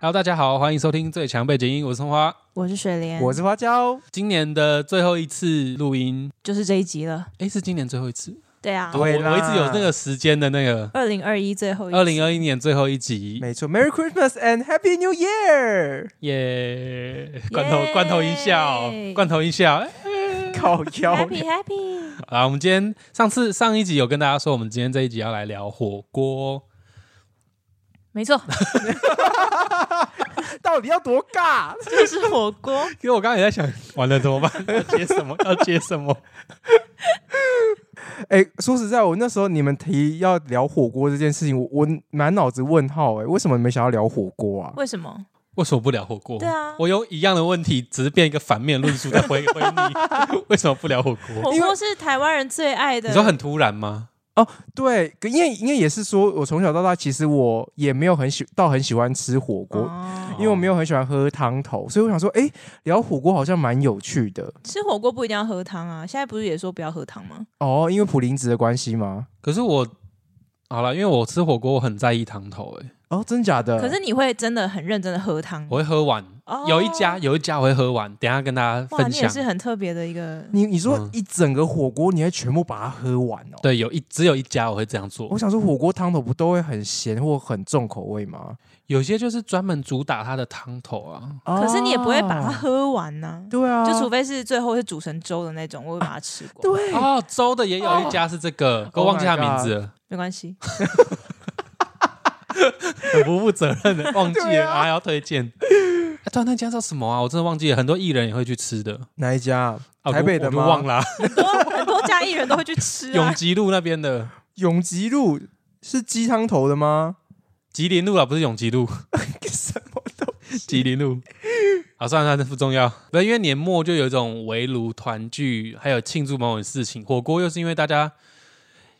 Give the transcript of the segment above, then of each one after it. Hello，大家好，欢迎收听最强背景音，我是松花。我是水莲，我是花椒，今年的最后一次录音，就是这一集了。诶，是今年最后一次。对啊，对我啦我一直有那个时间的那个二零二一最后一集二零二一年最后一集，没错，Merry Christmas and Happy New Year！耶！罐头罐头音效，罐头音效。诶靠腰 Happy Happy， 好啦，我们今天上次上一集有跟大家说，我们今天这一集要来聊火锅。没错，到底要多尬？这是火锅。因为我刚刚也在想，完了怎么办？ 要接什么？要接什么？ 哎、说实在，我那时候你们提要聊火锅这件事情，我我满脑子问号、哎，为什么你们想要聊火锅啊？为什么？ 为什么不聊火锅？对啊我用一样的问题，只是变一个反面论述在回回 你，为什么不聊火锅？火锅是台湾人最爱的。你说很突然吗？对，可因为因为也是说，我从小到大，其实我也没有很喜到很喜欢吃火锅。哦因为我没有很喜欢喝汤头，所以我想说，哎、聊火锅好像蛮有趣的吃火锅不一定要喝汤啊，现在不是也说不要喝汤吗？哦。因为普林子的关系吗？可是我好了，因为我吃火锅我很在意汤头、欸，哦，真假的？可是你会真的很认真的喝汤我会喝完。哦有一家有一家我会喝完，等一下跟大家哇，分你也享。是很特别的一个。你你说嗯一整个火锅，你要全部把它喝完哦？对，有一只有一家我会这样做我，想说，火锅汤头不都会很咸或很重口味吗？有些就是专门主打它的汤头啊。可是你也不会把哦它啊，喝完呐、对啊，就除非是最后是煮成粥的那种，我会把它吃 光。对哦，粥的也有一家是这个，我忘记它 Oh my 名字了，没关系，很不负责任 的，忘记对了啊还要推荐。啊，对啊，那家叫什么啊？我真的忘记了，很多艺人也会去吃的。哪一家？啊台北我的就吗？我就忘了 啊、很多很多家艺人都会去吃 啊永。吉路那边的永吉路是鸡汤头的吗？吉林路啊，不是永吉路， 什么都吉林路。啊，算了算了，这不重要。不，因为年末就有一种围炉团聚，还有庆祝某种事情。火锅又是因为大家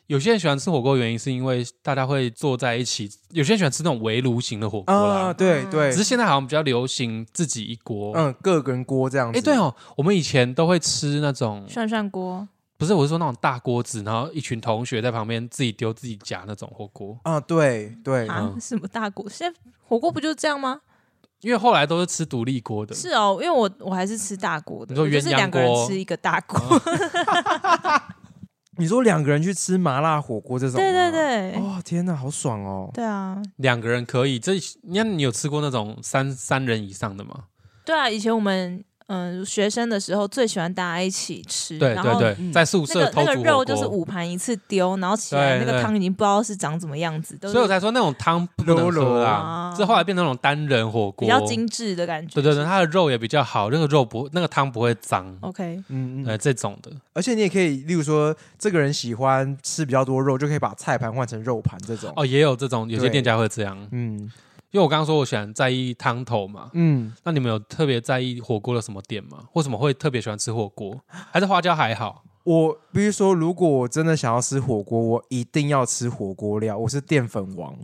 有些人喜欢吃火锅，原因是因为大家会坐在一起；有些人喜欢吃那种围炉型的火锅啊，啦。对对只，是现在好像比较流行自己一锅。嗯，个人锅这样哎、子。对哦，我们以前都会吃那种，涮涮锅，不是我是说那种大锅子，然后一群同学在旁边自己丢自己夹那种火锅。啊，对对，啊嗯，什么大锅？现在火锅不就是这样吗？因为后来都是吃独立锅的，是哦，因为我我还是吃大锅的，你说我就是鸳鸯两个人锅哦吃一个大锅。你说两个人去吃麻辣火锅这种，对啊对。对，哦，天哪，好爽哦！对啊，两个人可以。这那你有吃过那种三三人以上的吗？对啊，以前我们嗯学生的时候最喜欢大家一起吃，对然后对对，嗯在宿那舍个偷那个煮火肉锅，就是五盘一次丢，然后起来对对那个汤已经不知道是长什么样子，都所以我是才说那种汤不能喝啦柔。柔这后来变成那种单人火锅，啊比较。精致的感觉。对对对，它的肉也比较好，那个肉不那个汤不会脏， ，OK，嗯呃，嗯，这种的。而且你也可以，例如说，这个人喜欢吃比较多肉，就可以把菜盘换成肉盘这种。哦，也有这种，有些对店家会这样。嗯因为我刚刚说我喜欢在意汤头嘛，嗯，那你们有特别在意火锅的什么店吗？为什么会特别喜欢吃火锅？还是花椒还好？我比如说，如果我真的想要吃火锅，我一定要吃火锅料。我是淀粉王，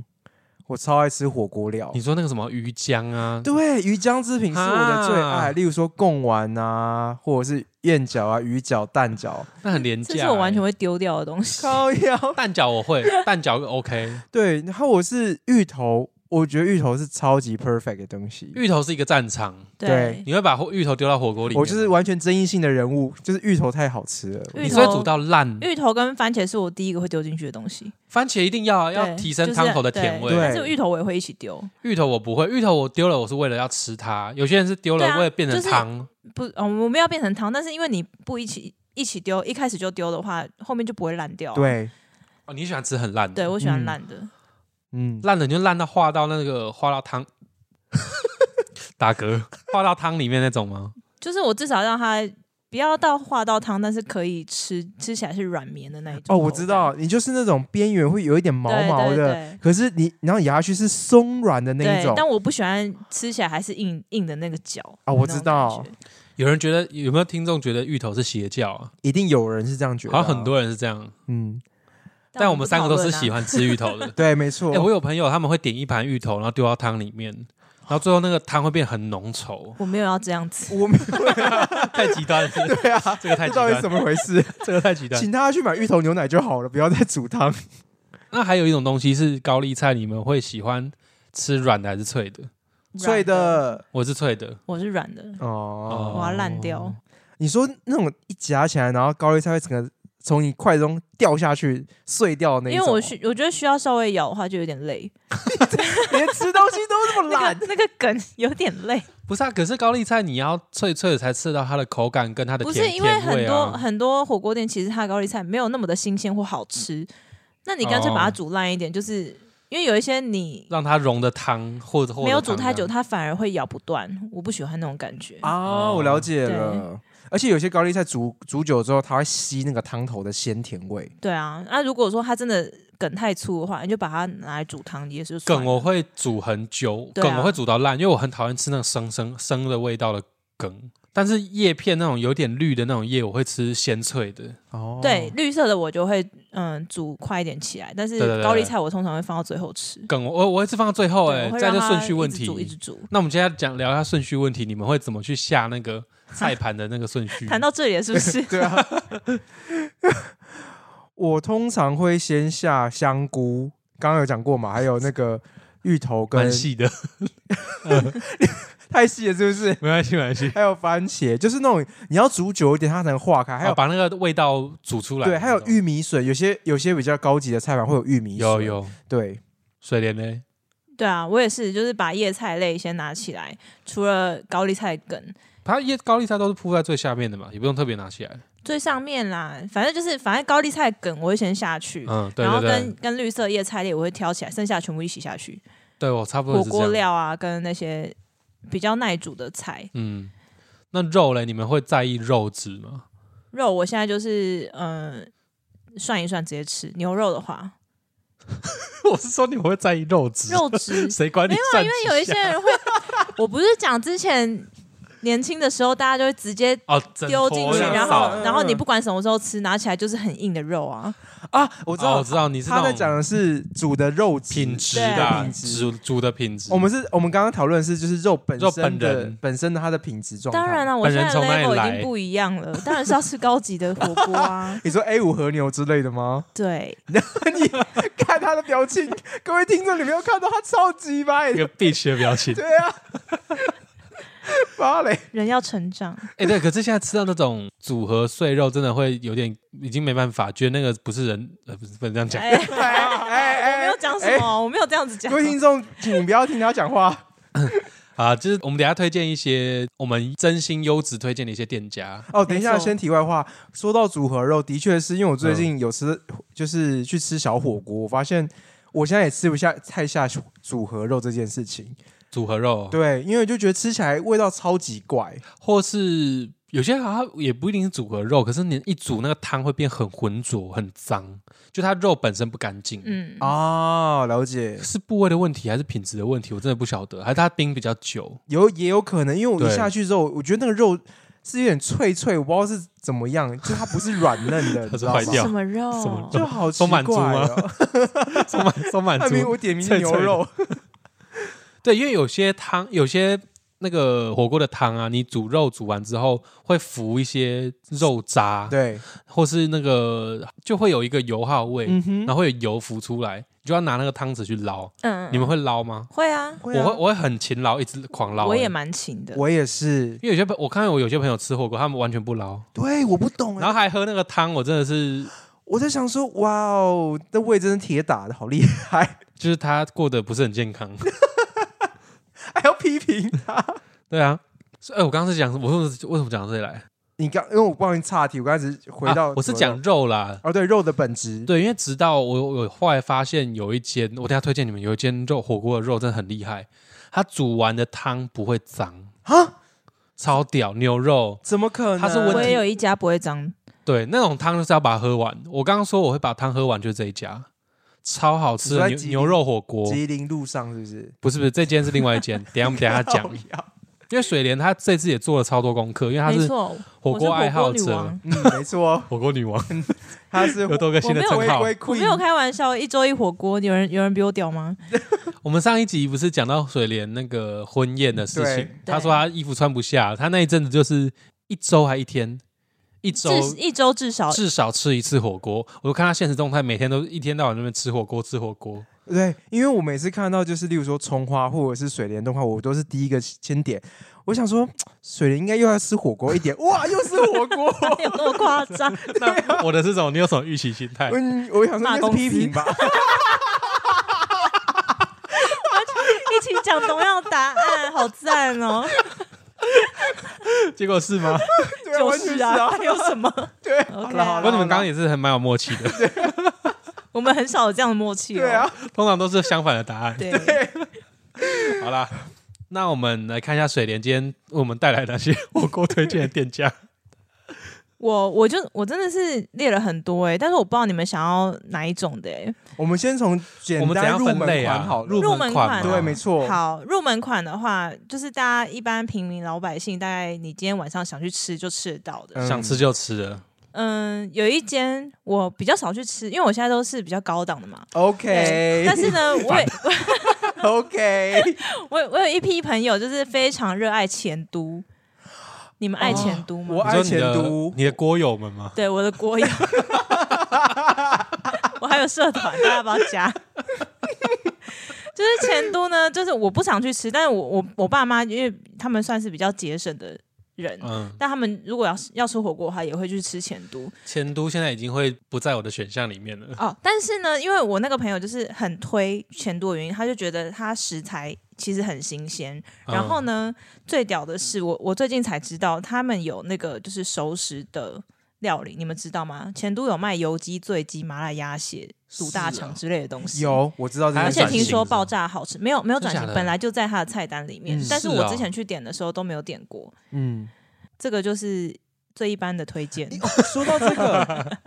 我超爱吃火锅料你。说那个什么鱼浆啊，对，鱼浆制品是我的最啊爱，例如说贡丸啊，或者是燕饺啊、鱼饺、蛋饺。那很廉价、这是我完全欸会丢掉的东西。靠腰。蛋饺我会，蛋饺 OK，对，然后我是芋头，我觉得芋头是超级 perfect 的东西。芋头是一个战场，对，你会把火芋头丢到火锅里面吗我就是完全争议性的人物，就是芋头太好吃了。你芋是头会煮到烂，芋头跟番茄是我第一个会丢进去的东西。番茄一定要啊对要提升就是汤头的甜味。对对但是芋头我也会一起丢，芋头我不会，芋头我丢了我是为了要吃它，有些人是丢了对啊为了变成就是 汤，不，哦，我们要变成汤，但是因为你不一起一起丢，一开始就丢的话，后面就不会烂掉。，对，哦，你喜欢吃很烂的，对我喜欢嗯烂的，嗯，烂的你就烂到化到那个化到汤， 打嗝化到汤里面那种吗？就是我至少让它不要到化到汤，但是可以吃，吃起来是软绵的那一种。哦，我知，道，你就是那种边缘会有一点毛毛对的，对可是你然后牙去是松软的对那一对种，但我不喜欢吃起来还是硬硬的那个角啊我知道那种感觉有人觉得有没有听众觉得芋头是邪教啊？一定有人是这样觉得、啊好像很，多人是这样，嗯，但我们三个都是喜欢。，欢吃芋头的。 对，没错，哎、我有朋友他们会点一盘芋头，然后丢到汤里面，然后最后那个汤会变很浓稠我没有要这样子，我没有，太极 端了。对啊，这个太不极知道端是了，怎么回 事，这个太极端了。请大家去买芋头牛奶就好了，不要再 煮汤。那还有一种东西是高丽菜，你们会喜欢吃软的还是脆的？ 脆的我是脆的，我是软的，哦哦。我要烂掉。你说那种一夹起来，然后高丽菜会整个从你筷子中掉下去碎掉的那一因为种，我需我觉得需要稍微咬的话就有点累， 连吃东西都这么那 懒。个那个梗有点累，不是啊？可是高丽菜你要脆脆的才吃得到它的口感跟它的不甜是因为甜很味多啊。很多火锅店其实它的高丽菜没有那么的新鲜或好吃，哦那你干脆把它煮烂一点，就是因为有一些你让它融的汤或者或者没有煮汤太这啊久，样，它反而会咬不断，我不喜欢那种感觉。啊，哦我了解了。而且有些高丽菜煮煮久之后，它会吸那个汤头的鲜甜味。对啊，那、如果说它真的梗太粗的话，你就把它拿来煮汤也是算梗了我会煮很久，对啊梗我会煮到烂，因为我很讨厌吃那种生生生的味道的梗。但是叶片那种有点绿的那种叶，我会吃鲜脆的。哦，？对，绿色的我就会嗯煮快一点起来，但对对是对高丽菜我通常会放到最后吃。梗我我我会是放到最后哎、对我会在让这它顺序问一直煮一题直。煮。那我们今天要讲聊一下顺序问题，你们会怎么去下那个菜盘的那个顺序？ 谈到这里了是不是对啊。 我通常会先下香菇，刚刚有讲过嘛，还有那个芋头跟蛮细 的，太细了，是不是？没关系没关系。还有番茄，就是那种你要煮久一点，它才能化开。还还有有把那个味道煮出啊来。对，还有玉米笋，有些有些比较高级的菜盘会有玉米笋。有有对，水莲呢？对啊，我也是，就是把叶菜类先拿起来，除了高丽菜梗它叶高丽菜都是铺在最下面的嘛，也不用特别拿起来。最上面啦，反正就是反正高丽菜梗我会先下去，嗯，对对然后对跟，跟绿色叶菜类我会挑起来，剩下全部一起下去，对我差不多火是锅这样。料啊跟那些比较耐煮的菜。嗯，那肉嘞，你们会在意肉质吗？ 肉我现在就是嗯、呃涮一涮直接吃，牛肉的 话，我是说你们会在意肉质，肉 质谁管你没有啊，算因几为下？有一些人会， 我不是讲之前年轻的时候，大家就会直接哦整丢进坨去，这样然扫后然后你不管什么时候吃，拿起来就是很硬的肉啊。啊，我知哦道，我知道你是他在那讲种的是煮的肉质品质对的啊品质煮煮的品质。我们是我们刚刚讨论的是就是肉本肉身本的人本身的它的品质状态。。当然了、啊我本现人在的从哪里 level 来已经不一样了，当然是要吃高级的火锅啊你说 A 五和牛之类的吗？对，你看他的表情， 各位听众，你没有看到他超级白一个 bitch 的表情。对啊，妈嘞！人要成长， 哎，对，可是现在吃到那种组合碎肉，真的会有点已经没办法，觉得那个不是人，呃，不是不能这样讲。哎、 我哎没有讲什么，我没有这样子讲各。位听众，请不要听他讲话。啊，就是我们等一下推荐一些我们真心优质推荐的一些店家。哦，等一下，没错先题外话，说到组合肉，的确是因为我最嗯近有吃，就是去吃小火锅，我发现我现在也吃不下太下组合肉这件事情。组合肉，对，因为就觉得吃起来味道超级怪。或是有些好像也不一定是组合肉，可是你一煮那个汤会变很浑浊、很脏，就它肉本身不干净。嗯，哦，了解，是部位的问题还是品质的问题？我真的不晓得，还是它冰比较久？ 有也有可能，因为我一对下去之后，我觉得那个肉是有点脆脆，我不知道是怎么样，就它不是软 嫩它的，是你知道吗坏掉什么肉？什么肉就好奇松怪满猪吗哦。 松满松满 他明明猪，我点名是脆脆牛的肉，对，因为有些汤，有些那个火锅的汤啊，你煮肉煮完之后会浮一些肉渣，，对，或是那个就会有一个油耗味，嗯哼然后会有油浮出来，你就要拿那个汤匙去捞。嗯，你们会捞吗？会啊？会我啊会，我会很勤劳，一直狂捞、我也欸蛮勤的。我也是，因为有些朋我看我有些朋友吃火锅，他们完全不捞，对，我不懂然啊。后还喝那个汤，我真的是我在想说，哇哦，那胃真是铁打的，好厉害， 就是他过得不是很健康。 还要批评他。对啊，所以、哎我刚刚是讲，我为什么为什么讲到这里来？你刚，因为我帮你岔题，我刚才只是回到、啊我是讲肉啦。哦，对，肉的本质，对，因为直到我我后来发现有一间，我等一下推荐你们有一间肉火锅的肉真的很厉害，它煮完的汤不会脏啊，超屌牛肉。怎么可能？它是温我体也有一家不会脏，对，那种汤就是要把它喝完。我刚刚说我会把汤喝完，就是这一家，超好吃你说的在牛吉林牛肉火锅。吉林路上是不是？不是不是，这间是另外一 间，等一下我们等一下讲。靠腰因为水莲她这次也做了超多功课，因为她没是错，火我是锅爱好女者王，。嗯，没错，火锅女王他是 有多个新的称我没号。回我归没有开玩笑，一周一火锅，有人有人比我屌吗？我们上一集不是讲到水莲那个婚宴的事对情，她对说她衣服穿不下，她那一阵子就是一周还一天，一周至一周至少至少吃一次火锅。我看她现实动态，每天都一天到晚在那边吃火锅吃火锅， 对，因为我每次看到就是例如说葱花或者是水莲冻花，我都是第一个先点。我想说，水莲应该又要吃火锅一点，哇，又是火锅。有那么夸张？那我的是什么？你有什么预期心 态？嗯，我想说骂应该是公批司评吧， 一起讲同样的答案，好赞哦！结果是吗？ 对就完全是是啊，还有什么对，好？OK，了好不过啊了你们刚刚也是很蛮有默 契的，我们很少有这样的默契哦。对啊，通常都是相反的答案。对，好啦，那我们来看一下水莲今天为我们带来哪些火锅推荐的店家。我我就我真的是列了很多哎，但是我不知道你们想要哪一种的哎。我们先从简我们怎单样入门分类款啊好？了，入门门款嘛，款对，没错，好，入门款的话，就是大家一般平民老百姓，大概你今天晚上想去吃就吃得到的。嗯想吃就吃了。嗯，有一间我比较少去吃，因为我现在都是比较高档的嘛。 OK，对但是呢，我也 OK，我有我有一批朋友就是非常热爱前都，你们爱前都吗？哦我爱 你说你前的都你的锅友们吗？对我的国友， 我还有社团，大家要不要加？ 就是前都呢，就是我不常去吃，但是我我我爸妈，因为他们算是比较节省的人，嗯，但他们如果要是要吃火锅的话，也会去吃前都前都现在已经会不在我的选项里面了。哦。但是呢，因为我那个朋友就是很推前都的原因，他就觉得他食材其实很新鲜。然后嗯呢，最屌的是我我最近才知道他们有那个就是熟食的料理，你们知道吗？前都有卖油鸡、醉鸡、麻辣鸭血、卤大肠之类的东西。有我知道这还而件啊有转且事听型说是吗爆炸好吃，没有没有真转假型，的本来就在他的菜单里面，嗯但是是我哦之前去点的时候都没有点过，嗯，这个就是最一般的推荐。哦 说到这个，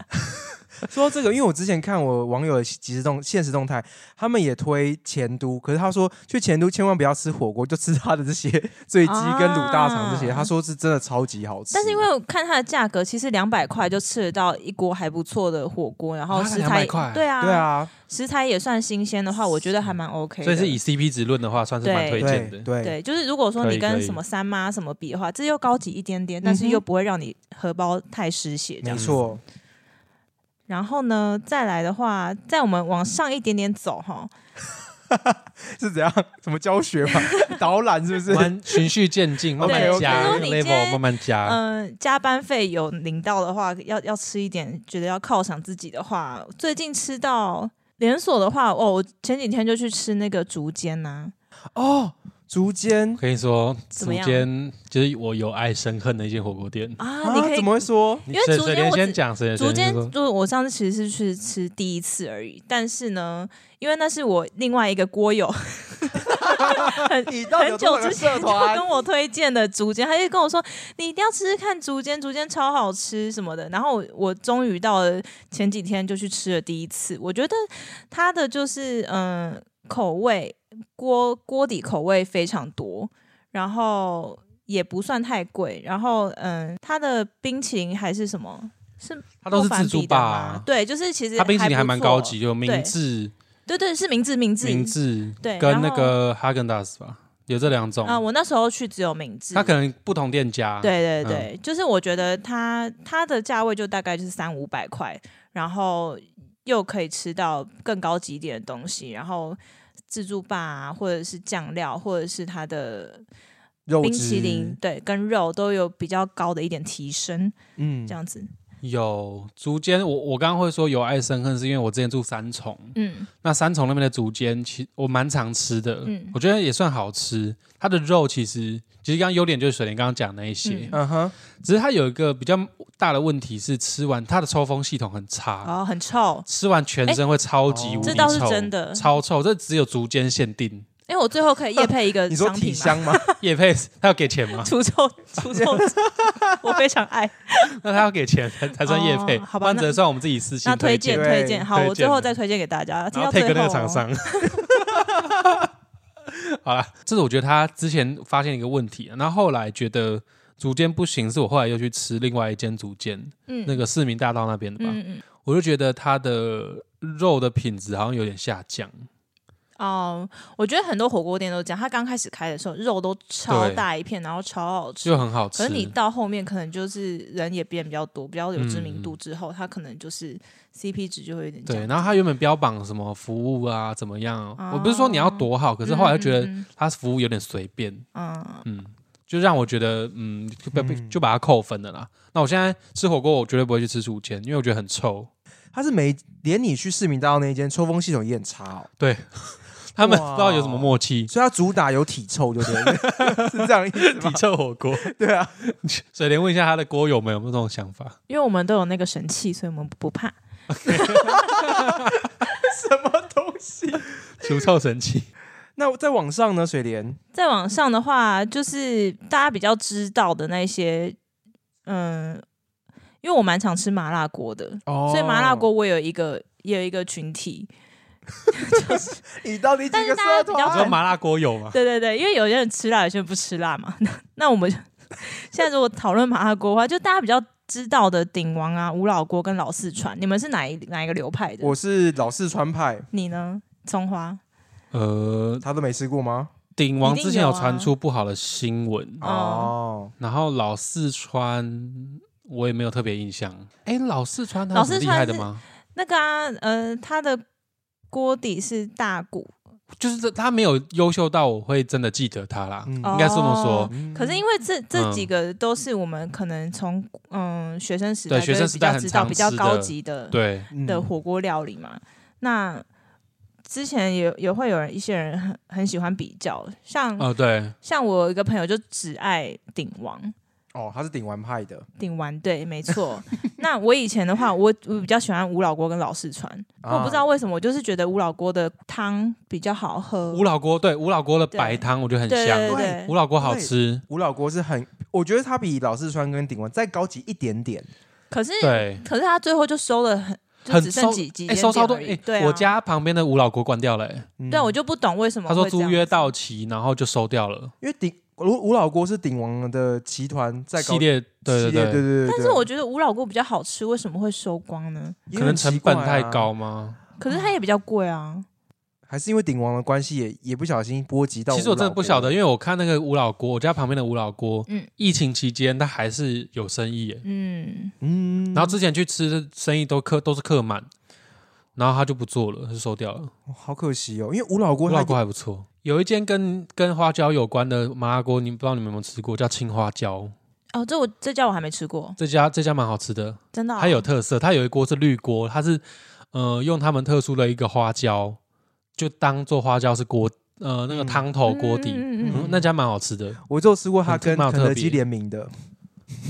说到这个，因为我之前看我网友的即时动现实动态，他们也推前都，可是他说去前都千万不要吃火锅，就吃他的这些醉鸡跟卤大肠这些，啊他说是真的超级好吃。但是因为我看它的价格，其实两百块就吃得到一锅还不错的火锅，然后啊食材、 200块对啊对啊，食材也算新鲜的话，我觉得还蛮 OK 的。所以是以 CP 值论的话，算是蛮推对荐的。对对，就是如果说可以嗯你可跟以什么三妈什么比的话，这又高级一点点，但是又不会让你荷包太失血这没样。错，然后呢，再来的话，在我们往上一点点走哈，是怎样？怎么教学嘛？导览是不是？慢循序渐进， 慢慢对加就是说你今天 level，慢慢加。嗯、加班费有领到的话，要要吃一点，觉得要犒赏自己的话，最近吃到连锁的话，哦，我前几天就去吃那个竹间啊呐、哦，竹间我跟你说，怎竹么样间就是我有爱生恨的一间火锅店。啊，你啊可，以怎。么会说？你因为水竹水间莲我先只讲，水莲竹先间说就是我上次其实是去吃第一次而已，但是呢，因为那是我另外一个锅友很你到底有很多久少个之社前就团？跟我推荐的竹间，他就跟我说你一定要吃吃看竹间，竹间超好吃什么的。然后我我终于到了前几天就去吃了第一次，我觉得它的就是嗯、口味锅锅底口味非常多，然后也不算太贵，然后嗯、它的冰淇淋还是什么。是它都是莫凡自助比的吧吗对，就是其实它冰淇淋还蛮不错高级，，有明治、对对，是明治明治明治对跟然那后个哈根达斯吧，有这两种啊、。我那时候去只有明治，它哦可能嗯不同店家。对对对，就是我觉得它它的价位就大概就是三五百块，然后又可以吃到更高级一点的东西，然后自助吧、啊、或者是酱料，或者是它的肉冰淇淋汁，，对，跟肉都有比较高的一点提升，嗯这，样子。有竹间，我我刚刚会说有爱生恨，是因为我之前住三重，嗯，那三重那边的竹间，其我蛮常吃的，嗯我觉得也算好吃。它的肉其实其实刚刚优点就是水莲刚刚讲那一些，嗯嗯哼，只是它有一个比较大的问题是吃完它的抽风系统很差。然后很臭，吃完全身会超级无敌臭，哦这倒是真的超臭，这只有竹间限定。因为我最后可以夜配一 个你说商体品嘛，？香吗？ 叶佩他要给钱吗 除臭除臭，我非常爱。那他要给钱才才算叶佩，哦好不吧然只能算我们自己私那信推荐荐，对推荐，好，推我荐最后的再推荐给大家。然听到后配最给后那个哦厂商。 好啦，这是我觉得他之前发现一个问题，然后后来觉得竹间不行，是我后来又去吃另外一间竹间，嗯那个市民大道那边的吧，嗯嗯，我就觉得它的肉的品质好像有点下降。哦、我觉得很多火锅店都这样，它刚开始开的时候肉都超对大一片，然后超好吃就。很好吃。可是你到后面可能就是人也变比较多，比较有知名嗯度之后，它可能就是 CP 值就会有点对，降然后他原本标榜什么服务啊，怎么样？我不是说你要多好，可是后来就觉得哦嗯他服务有点随便，嗯嗯，就让我觉得嗯，就被嗯就把它扣分了啦。那我现在吃火锅，我绝对不会去吃竹间，因为我觉得很臭。它是每连你去市民大道那一间抽风系统也很差哦，他们哇不知道有什么默 契，所以它主打有体臭，就对 了，是这样意思体吗？臭火 锅。对 啊，水莲问一下他的锅友们有没有这种想法？因为我们都有那个神器，所以我们不怕。什么东西？除臭神 器，那在网上呢，水莲再往上的话，就是大家比较知道的那些，嗯，因为我蛮常吃麻辣锅的，哦所以麻辣锅我有一个也有一个群体。你到底几但个社是大你家比说较团？麻辣锅友吗？对对对，因为有些人吃辣，有些人不吃辣嘛。 那那我们就现在如果讨论麻辣锅的话，就大家比较知道的鼎王啊、五老锅跟老四川，你们是哪一哪一个流派的？我是老四川派，你呢？葱花呃，他都没吃过吗？鼎王一定之前有有啊传出不好的新闻，嗯哦，然后老四川我也没有特别印象。哎，老四川他老有什么四厉川害的是吗？那个啊，呃，它的锅底是大骨，就是这他没有优秀到我会真的记得他啦，嗯应该是这么说哦。可是因为这这嗯几个都是我们可能从嗯学生时代对学就会生时代比很较知道常比较吃高的级的对，的嗯火锅料理嘛。那之前也也会有人一些人很很喜欢比较，像、哦对，像我有一个朋友就只爱鼎王。哦，他是顶丸派的，鼎王对，没错。 那我以前的话，我我比较喜欢五老锅跟老四川，啊我不知道为什么，我就是觉得五老锅的汤比较好喝。五老锅对五老锅的对白汤我觉得很对对香，对五老锅好吃，吴老锅是很，我觉得它比老四川跟顶丸再高级一点点。可是对，可是他最后就收了很，就很只收剩几几哎间收超店多而已。哎对，啊，我家旁边的五老锅关掉了，哎嗯对啊我就不懂为什么他说会这样租约到期，然后就收掉了因为顶吴吴老锅是顶王的集团在系列，对系列对对对，对。但是我觉得五老锅比较好吃，为什么会收光呢？可因为能很成奇本怪啊太高，吗？可是它也比较贵啊。还是因为顶王的关系也也不小心波及到。其实我真的不晓得，，因为我看那个五老锅，我家旁边的五老锅，嗯疫情期间它还是有生意，哎嗯，嗯，然后之前去吃生意都客都是客满，然后他就不做了，就收掉了。哦好可惜哦，因为吴老锅我他老锅还不错，有一间跟跟花椒有关的麻辣锅，你不知道你们有没有吃过，叫青花椒。哦，这我这家我还没吃过，这家这家蛮好吃的，真的、哦。它有特色，它有一锅是绿锅，它是呃用他们特殊的一个花椒，就当做花椒是锅呃那个嗯汤头锅底，嗯嗯嗯嗯那家蛮好吃的。我就吃过他很跟蛮肯有特别德基联名的，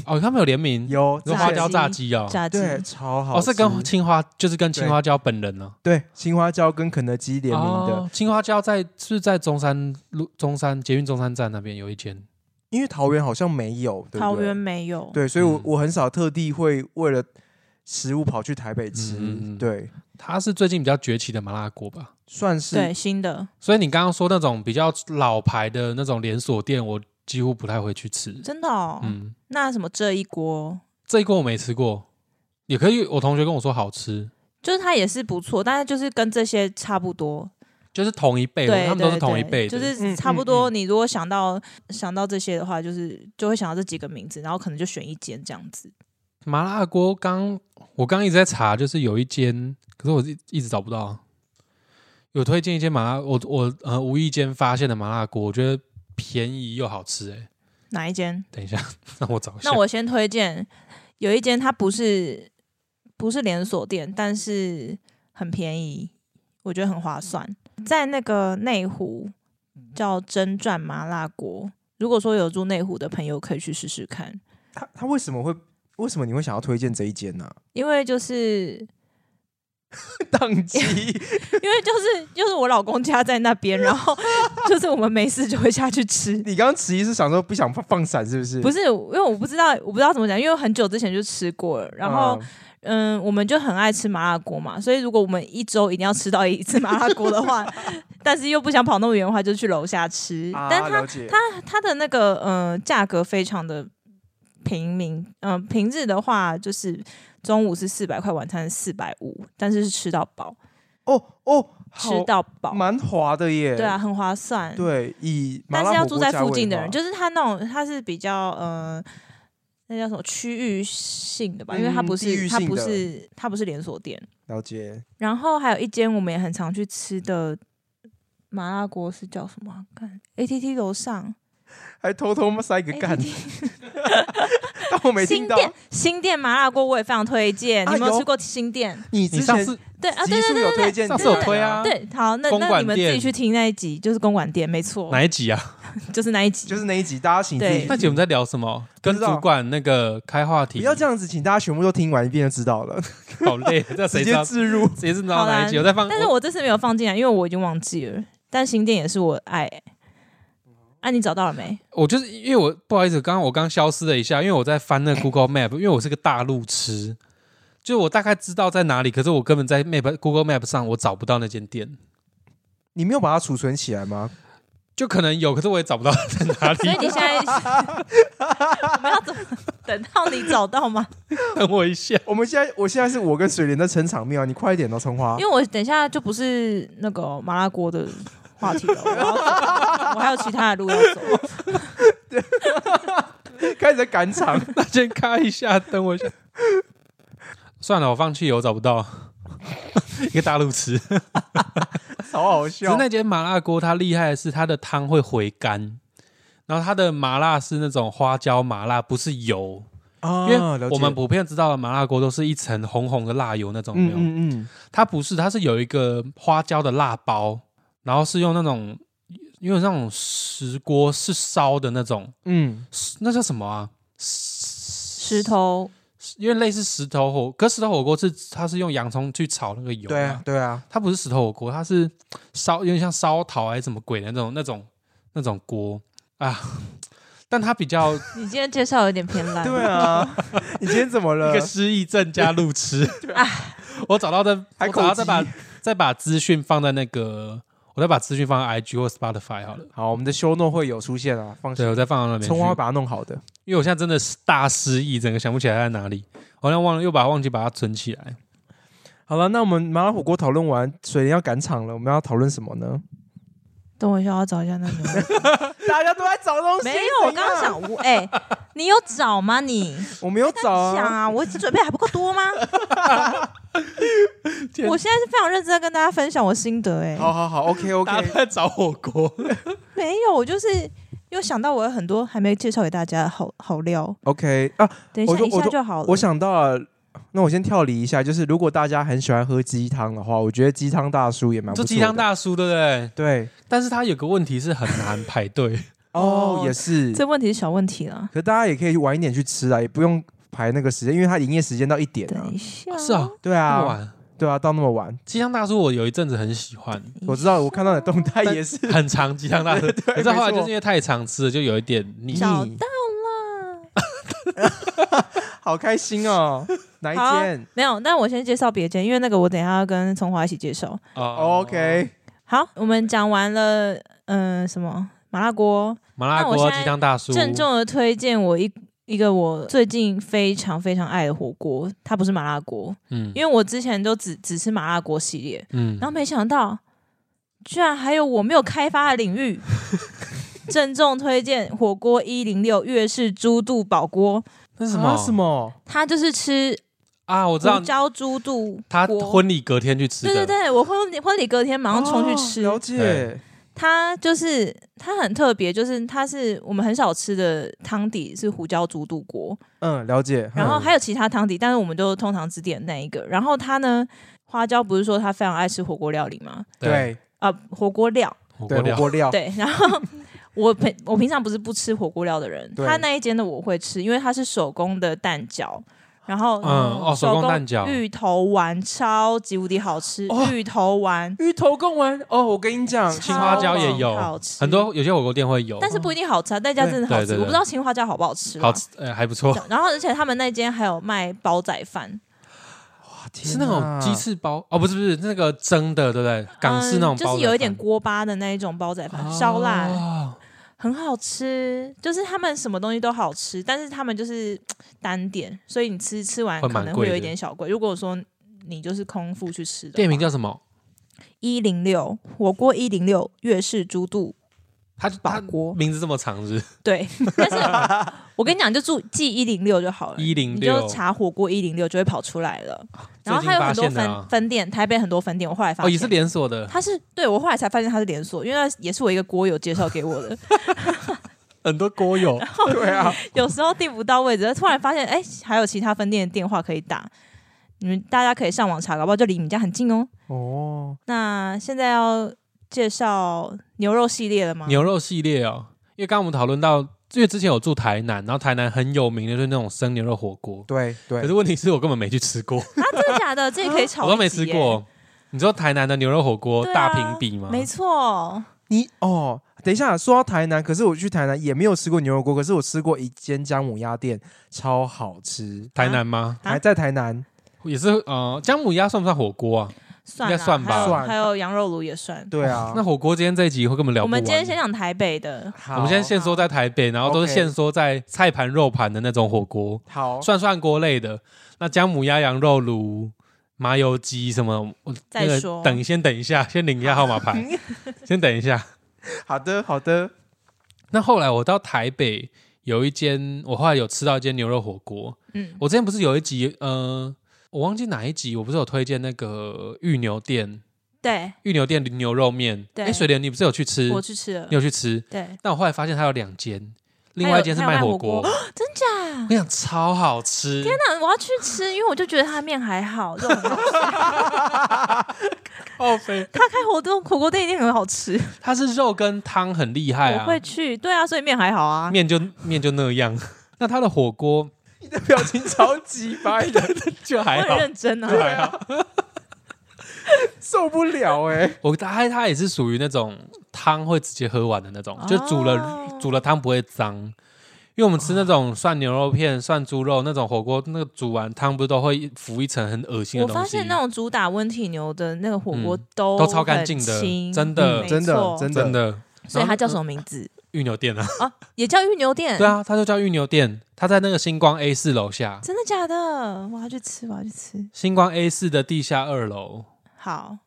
哦，他们有联名，有有炸花之前椒炸鸡哦嗯，炸鸡，对，超好哦吃，是跟青花就是跟青花椒本人呢、对青花椒跟肯德基联名的，哦、青花椒在是不是在中山路中山捷运中山站那边有一间，因为桃园好像没有，对不对桃园没有。对，所以我嗯我很少特地会为了食物跑去台北吃嗯嗯嗯，对，它是最近比较崛起的麻辣锅吧？算是对新的所以你刚刚说那种比较老牌的那种连锁店，我几乎不太会去吃。真的哦。嗯，那什么这一锅，这一锅我没吃过，也可以，我同学跟我说好吃，就是它也是不错，但是就是跟这些差不多。就是同一辈的，对，哎他们都是对同一对辈的，就是嗯差不嗯多。嗯你如果想到想到这些的话，就是就会想到这几个名字，然后可能就选一间这样子。麻辣锅刚我刚一直在查，就是有一间，可是我一一直找不到。有推荐一间麻辣，我我呃无意间发现的麻辣锅，我觉得便宜又好吃、欸。哎，哪一间？等一下， 让我找一下。那我先推荐有一间，它不是不是连锁店，但是很便宜，我觉得很划算，在那个内湖叫真传麻辣锅。如果说有住内湖的朋友，可以去试试看，他他为什么会为什么你会想要推荐这一间 呢？因为就是宕机，因为就是就是我老公家在那边，然后就是我们没事就会下去吃。 你刚刚迟疑是想说不想放放闪是不是？不是，是，因为我不知道，我不知道怎么讲，因为很久之前就吃过了，然后嗯，我们就很爱吃麻辣锅嘛，所以如果我们一周一定要吃到一次麻辣锅的 话，但是又不想跑那么远的话，就去楼下吃。啊但它了解它的那个呃价格非常的平民，嗯、平日的话就是中午是四百块，晚餐是四百五，但是是吃到饱。哦哦，吃到饱，蛮滑的耶。对啊，，很划算。，对，以麻但辣是要火住锅在价附位近的话人，就是他那种他是比较呃，那叫什么区域性的吧，因为它嗯不地域是它性不的是它不是连锁店。了解。然后还有一间我们也很常去吃的麻辣锅是叫什么啊？看 A T T 楼上还偷偷塞个干， ATT 但我没听哎新到。店新店麻辣锅我也非常推荐，啊你有没有有吃过新店？你你之上前次对啊，集 对对数对有对推荐，上次有推啊对，好，那公那馆你们自己店去听那一集，就是公馆店，没错，哪一集啊？就是那一集，就是那一集，大家请自己对那集我们在聊什么？不跟知道主管那个开话题，不要这样子，请大家全部都听完一遍就知道 了，好 累，这谁直知道接？置入。谁知道哪一集？好啦我在放，但是我这次没有放进来，因为我已经忘记了。但新店也是我爱、啊，你找到了 没？我就是因为我不好意思，刚刚我刚消失了一下，因为我在翻那个 Google Map，因为我是个大路痴，就我大概知道在哪里，可是我根本在 Map Google Map 上我找不到那间店，你没有把它储存起来吗？就可能有，可是我也找不到 在哪所以里。你现在 我们要怎么等到你找到吗？等我一下，我们现在，我现在是我跟水莲在撑场面啊，你快一点哦，葱花因。为我等一下就不是那个麻辣锅的话题了，我要走我还有其他的路要走。 开始在赶场，那先开一下，等我一下。算了，我放弃，我找不到 一个大路痴。好好只是笑。那间麻辣锅它厉害的是它的汤会回甘，然后它的麻辣是那种花椒麻辣，不是油，啊因为了我们解普遍知道的麻辣锅都是一层红红的辣油那种，有没嗯有？嗯嗯，它不是，它是有一个花椒的辣包，然后是用那种，因为那种石锅是烧的那种，嗯，那叫什么啊？石石，头因为类似石头火，可是石头火锅是它是用洋葱去炒那个油，对啊，对啊，它不是石头火锅，它是烧，有点像烧烤还是什么鬼的那种那种那种锅啊。 但它比较一你今天介绍有点偏烂，对啊。 你今天怎么了啊个？失忆症加路痴， 我找到的，还我找到口再技把再把资讯放在那个，我再把资讯放在 IG 或 Spotify 好了。 好，我们的修诺会有出现啊，放对，心我，再放到那边去嗯葱花会把它弄好的。因为我现在真的是大失忆，整个想不起来在哪里，好像忘了又把忘记把它存起来。好了，那我们麻辣火锅讨论完，水莲要赶场了，我们要讨论什么呢？等我一下，我要找一下那个。大家都在找东没有，我刚刚，想，我哎、你有找吗你？我没有找想啊。啊，我准备还不够多吗？我现在是非常认真在跟大家分享我心得、哎，好好好，OK 大家都 OK，在找火锅，没有，我就是又想到我有很多还没介绍给大家的好好料， OK 啊，等一下我就一下就好了。我想到了，那我先跳离一下，就是如果大家很喜欢喝鸡汤的话，我觉得鸡汤大叔也蛮不这错的。鸡汤大叔对不对？对但是他有个问题是很难排队，哦哦，也是，这问题是小问题了。可大家也可以晚一点去吃啊，也不用排那个时间，因为它营业时间到一点啊等一。下，是啊， 对那么啊，晚。对啊，到那么晚，鸡汤大叔我有一阵子很喜 欢，等一下我知道，我看到你的动态但 也是。很长鸡汤 大叔，可是后来没错就是因为太常吃了，就有一点腻。找腻到了。好开心哦！哪一好间没有，但我先介绍别间，因为那个我等一下要跟从华一起介绍。哦？OK，好，我们讲完了，嗯、什么麻辣锅，麻辣那我锅现在鸡汤大叔，郑重的推荐我一一个我最近非常非常爱的火锅，它不是麻辣锅，嗯因为我之前都只只吃麻辣锅系列，嗯然，后没想到居然还有我没有开发的领域。郑重推荐火锅一零六粤式猪肚煲锅，那是什啊么什么？它就是吃啊？我知道胡椒猪肚他锅。婚礼隔天去吃对对的，对，我婚礼婚礼隔天马上冲去吃，哦了解对。它就是它很特别，就是它是我们很少吃的汤底是胡椒猪肚锅，嗯，了解。然后嗯还有其他汤底，但是我们都通常只点那一个。然后他呢，花椒不是说他非常爱吃火锅料理吗？对啊、火锅料火锅对火料，锅料，对。然后我平我平常不是不吃火锅料的人，对他那一间的我会吃，因为它是手工的蛋饺，然后嗯哦手工蛋饺芋头丸超级无敌好吃，哦芋头丸芋头贡丸哦，我跟你讲，青花椒也有超好吃很多有些火锅店会有，但是不一定好吃啊，那家真的好对对吃，对我不知道青花椒好不好吃，好。吃，呃，还不错，然后，而且他们那间还有卖煲仔饭，天是那种哪鸡翅包哦，不是不是那个蒸的，对不对？港式那种包嗯的就饭，是有一点锅巴的那一种煲仔饭，哦烧腊、很好吃，就是他们什么东西都好吃，但是他们就是嘖单点，所以你吃吃完会可蛮能贵会有的一点小贵。如果说你就是空腹去吃的话，店名叫什么？一零六火锅一零六粤式猪肚他宝他锅，名字这么长是对，但是我跟你讲，就注记一零六就好了，一零你六，就查火锅一零六就会跑出来了。然后最近还有发很多现的分、啊分店，台北很多分店，我后来发哦现、也是连锁的，它是对我后来才发现它是连锁，因为也是我一个锅友介绍给我的。 很多锅友， 对啊，有时候订不到位置，突然发现哎、还有其他分店的电话可以打，你们大家可以上网查，搞不好就离你们家很近哦。哦，那现在要介绍牛肉系列了吗？牛肉系列哦，因为刚刚我们讨论到，因为之前有住台南，然后台南很有名的就是那种生牛肉火锅，对对，可是问题是我根本没去吃过，啊，真的假的？这也可以 炒、我都没吃。过。你知道台南的牛肉火锅对啊大评比吗？没错，你哦，等一下，说到台南，可是我去台南也没有吃过牛肉锅，可是我吃过一间姜母鸭店，超好吃，台南吗？啊还在台南，也是呃，姜母鸭算不算火锅啊？算应了，该算吧还有算还有羊肉炉也算。对啊，那火锅今天这一集会根本聊我不完。们今天先讲台北的，好我们现在现说在台北，然后都是 OK 现说在菜盘肉盘的那种火锅，好涮涮锅类的。那姜母鸭、羊肉炉、麻油鸡什么，我再那个说等先等一下， 先领一下号码牌，先等一下。好的好的， 那后来我到台北有一间，我后来有吃到一间牛肉火锅。嗯，我之前不是有一集，呃，我忘记哪一集，我不是有推荐那个玉牛店，对，玉牛店牛肉面。对哎，水莲，你不是有去吃？我你去吃了，有去吃？对，但我后来发现它有两间，另外一间是还有卖还有卖火火锅锅，哦真假我？跟你讲超好吃。天那我要去吃，因为我就觉得他面还好，肉 很好哦，飞，他开火锅火锅店一定很好吃，它是肉跟汤很厉害我啊，会去。对啊，所以面还好啊。面就面就那样。 那它的火 锅你的表情超级白的， 就我还好很，认真啊，对啊，受不了哎、我大概它也是属于那种汤会直接喝完的那种，就煮了哦煮了汤不会脏。因为我们吃那种涮牛肉片、涮猪肉那种火锅，那个煮完汤不是都会浮一层很恶心的我东西？发现那种主打温体牛的那个火锅嗯都都都超干净的真的嗯真的真真的的所以它叫什么名字？玉牛店啊？ 也叫玉牛店。对，啊，它就叫玉牛店，它在那个星光 A 四楼下，真的假的？我要去吃，我要去吃。星光 A 四的地下二楼，好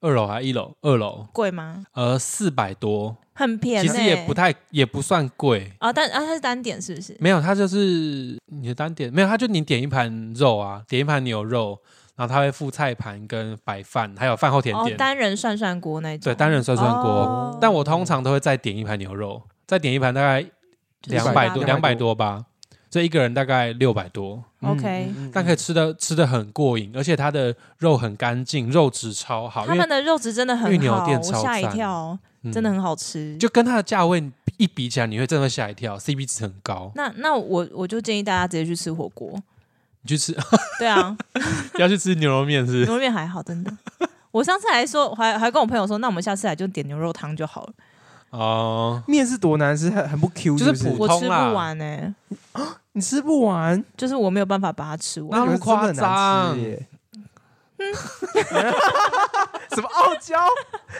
二楼还一楼？二楼，贵吗？呃，四百多，很便宜，其实也不太也不算贵。啊，但啊它是单点是不是？没有，它就是你的单点，没有，它就你点一盘肉啊，点一盘牛肉，然后它会附菜盘跟白饭，还有饭后甜哦点。，单人涮涮锅那种。对，单人涮涮锅。哦但我通常都会再点一盘牛肉，再点一盘大概就是两百多，100多哦两百多吧，这一个人大概六百多，嗯 OK 但可以吃的吃的很过瘾，而且它的肉很干净，肉质超好，他因们为的肉质真的很好，玉牛店我超吓一赞跳，哦嗯真的很好吃。就跟它的价位一比起来，你会真的会吓一跳，CP 值很高。那那我我就建议大家直接去吃火锅。你去吃 对啊，要去吃牛肉面是不是牛肉面还好，真的。我上次还说，还还跟我朋友说，那我们下次来就点牛肉汤就好了。哦，面是多难吃，很很不 Q，就是是不是普我吃通不啦完呢、欸你吃不完，就是我没有办法把它吃完。那么有的真的很难夸吃张耶。嗯 什么傲娇，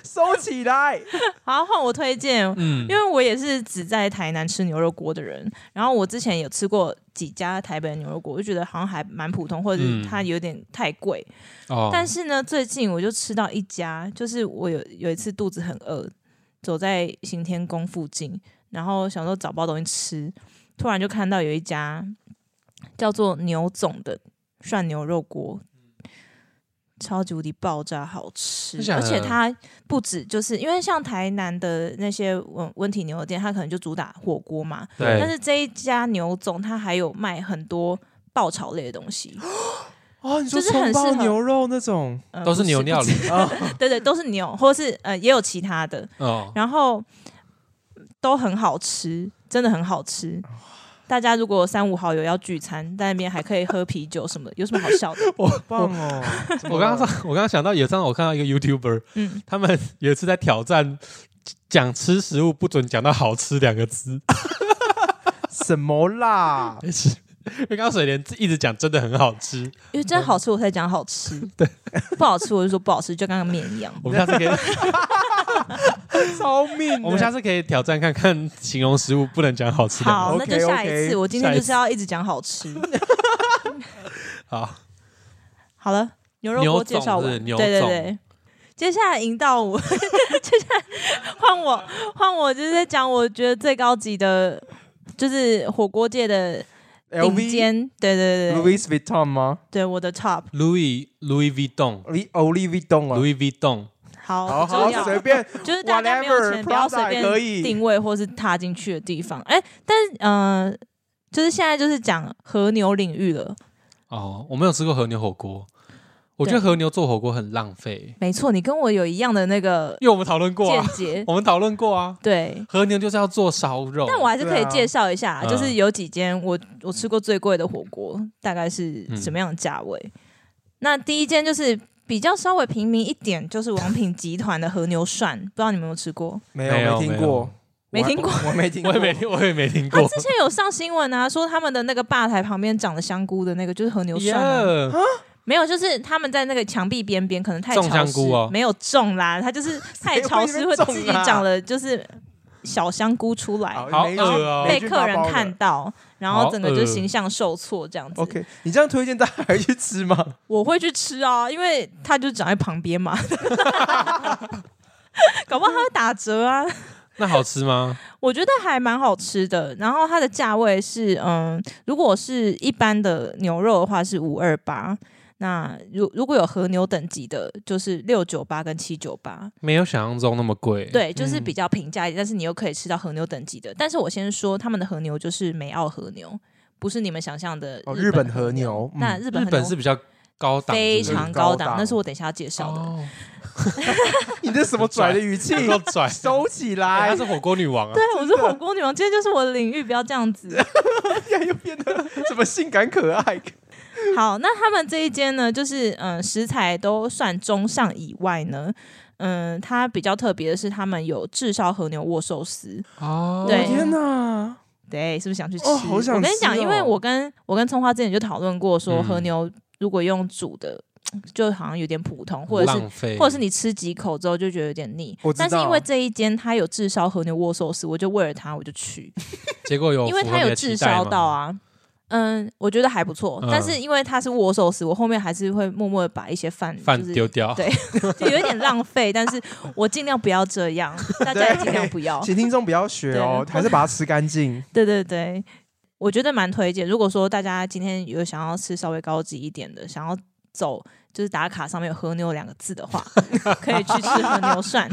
收起来。好，换我推荐，嗯因，为我也是只在台南吃牛肉锅的人。然后我之前有吃过几家台北的牛肉锅，我就觉得好像还蛮普通，或者是嗯它有点太贵。哦，但是呢，最近我就吃到一家，就是我有有一次肚子很饿，走在行天宫附近，然后想说找不到东西吃，突然就看到有一家叫做牛总的涮牛肉锅。超级无敌爆炸好吃真，假的而且它不止就是因为像台南的那些温温体牛肉店，它可能就主打火锅嘛，对但是这一家牛总它还有卖很多爆炒类的东西，哦，你说就是很葱适爆合牛肉那种，呃都是不牛不料理对对，都是牛，或是呃也有其他的，哦，然后都很好吃，真的很好吃。大家如果三五好友要聚餐，在那边还可以喝啤酒什么的，有什么好笑的？好棒哦！怎么我刚刚了上，我刚刚想到有一张，我看到一个 YouTuber，嗯，他们有一次在挑战讲吃食物不准讲到“好吃”两个字，什么 啦？没事因为刚刚水莲一直讲真的很好吃，因为真的好吃，我才讲好吃。对，不好吃我就说不好吃，就跟那个面一样。我们下次可以，超命的！我们下次可以挑战看看形容食物不能讲“好吃”两个好， OK，那就下一 OK，次。我今天下一就是要一直讲好吃。字。好，好了，牛肉牛锅介总绍是完，牛对对总对，接下来引导我，接 下来换我换我，就是在讲我觉得最高级的，就是火锅界的顶 LV 尖，对对对对， Louis Vuitton 吗对我的 top。 Louis Louis Vuitton ？Louis Louis 啊 Vuitton 啊， Louis Vuitton，好，好不重好要随便，就是大家没有 Whatever，钱，不要 Prada 随便可以定位或是踏进去的地方。哎、但是呃，就是现在就是讲和牛领域了，哦，我没有吃过和牛火锅，我觉得和牛做火锅很浪费，没错，你跟我有一样的那个因为我们讨论过见啊，解，我们讨论过啊，对。和牛就是要做烧肉，但我还是可以对啊介绍一下啦，嗯就是有几间我我吃过最贵的火锅，大概是嗯什么样的价位？那第一间就是比较稍微平民一点，就是王品集团的和牛涮， 不知道你们有没有吃过？没没有有没听过，没有没听过我还，我没听过，我也没我也没听他过，之前有上新闻啊，说他们的那个吧台旁边长了香菇的那个就是和牛涮、啊。 Yeah 没有，就是他们在那个墙壁边边可能太潮种湿，香菇哦没有种啦，它就是太潮湿会 谁会在那边种啊自己长了就是小香菇出来，好好呃没恶有哦被客人看。到，然后整个好就恶形象受挫这样子。呃 OK，你 这样推荐大家还去吃吗？ 我会去吃啊，因为它就长在旁边嘛，搞不好它会打折啊。那好吃吗？我觉得还蛮好吃的，然后它的价位是，嗯，如果是一般的牛肉的话是五二八，那如如果有和牛等级的，就是六九八跟七九八，没有想象中那么贵，，对，嗯就是比较平价一点，但是你又可以吃到和牛等级的。但是我先说，他们的和牛就是美澳和牛，不是你们想象的哦，日日本和和。牛，那嗯日本日和本牛是比较高档，非是不是常高高档档，那是我等一下要介绍的。哦你这什么拽的语 气？能够拽，收起哎来她，是火锅女王啊，对，我是火锅女王，今天就是我的领域，不要这样子。突然又变得什么性感可爱？好，那他们这一间呢，就是嗯、呃食材都算中上以外呢，嗯、它比较特别的是，他们有炙烧和牛握寿司，哦 对天哪！对，是不是想去吃？哦好想我跟你吃讲，因为哦我跟我跟葱花之前就讨论过说，嗯和牛如果用煮的，就好像有点普通，或者是浪费，或者是你吃几口之后就觉得有点腻我。知但是因为道这一间它有炙烧和牛握寿司，我就为了它我就去。结果有因为符合它你有的炙期待烧吗到，啊。嗯，我觉得还不错，嗯但是因为它是握寿司，我后面还是会默默的把一些饭饭就是丢掉，对就有一点浪费，但是我尽量不要这 样，大家也尽量不要。 请听众不要学哦，对还是把它吃干 净。对对对，我觉得蛮推荐。如果说大家今天有想要吃稍微高级一点的，想要走就是打卡上面有和牛两个字 的话，可以去吃和牛涮。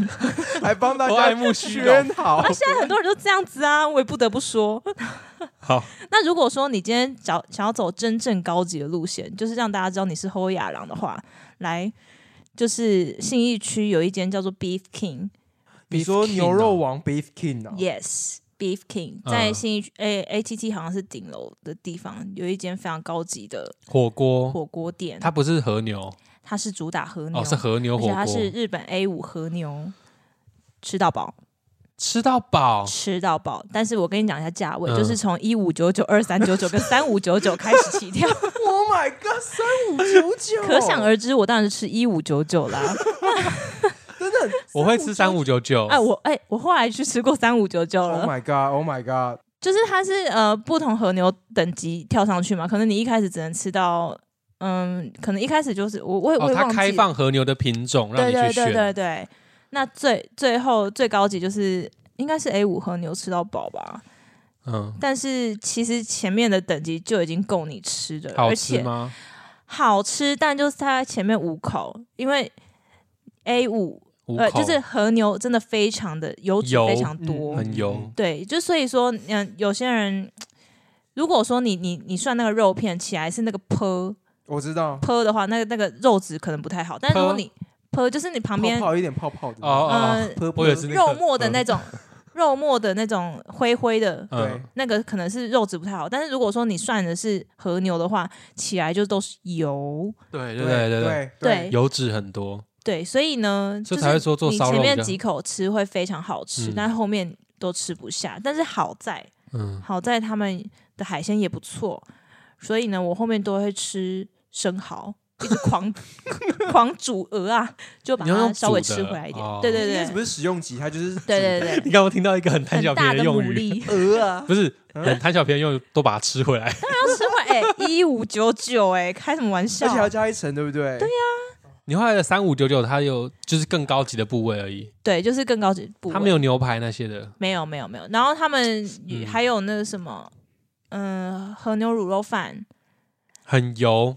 还帮大我爱家慕虚荣宣， 好啊，。现在很多人都这样子啊，我也不得不说。 好， 那如果说你今天找想要走真正高级的路线，就是让大家知道你是侯亚郎的话，来就是信义区有一间叫做 Beef King，Yes 你说 Beef King 牛肉王 Beef King 啊？ Beef King，嗯在信义区 A A T T 好像是顶楼的地方，有一间非常高级的火锅，火锅店，哦它不是和牛，它是主打和牛，哦，是和牛而火且它是锅，日本 A 五和牛，吃到饱。吃到饱，吃到饱。但是我跟你讲一下价位，哦嗯就是从一五九九、二三九九跟三五九九开始 起跳，哦 Oh my god，三五九九，可想而知，我当然是吃一五九九啦。我会吃三五九九，哎，我哎、我后来去吃过三五九九 Oh 了， my god，Oh my god，就是它是呃不同和牛等级跳上去嘛，可能你一开始只能吃到。嗯，可能一开始就是我我也我哦，也它忘记开了放和牛的品种让对你去对选，对对对。那最最后最高级就是应该是 A 五和牛吃到饱吧，嗯，但是其实前面的等级就已经够你吃的了，好而吃且吗？好吃，但就是它前面五口，因为 A 五五呃口就是和牛真的非常的油脂油嗯非常多，很油，对，就所以说嗯、有些人。如果说你你你涮那个肉片起来是那个泼我知道，泼的话，那个那个肉质可能不太好。但是泼如果你泼就是你旁泡边泡一点泡泡的，哦呃哦，噗噗我也是那个肉末的那种肉末的那种灰灰的，嗯对，那个可能是肉质不太好。但是如果说你涮的是和牛的话，起来就都是油。对对对对对，对对油脂很多，对，所以呢，所就以是才会说做你烧前肉比面较几口吃会非常好吃，嗯但后面都吃不下。但是好在 嗯，好在他们的海鲜也不错，所以呢，我后面都会吃生蚝，一直 狂 狂煮鹅啊，就把你要它用稍微煮的吃回来一点。哦对对因为对不，是使用级，它就是对对对 你刚刚听到一个很对，贪小很便大宜的用牡语，蛎鹅啊，不 是嗯很贪小便宜用语，都把它吃回来， 要吃回哎一五九九哎，开什么玩笑而且？还要加一层，对不对？对呀，你后来的三五九九，它有就是更高级的部位而已，对，就是更高级部位。它没有牛排那些的。没有没有没有，然后他们嗯还有那个什么，嗯、和牛卤肉饭，很油，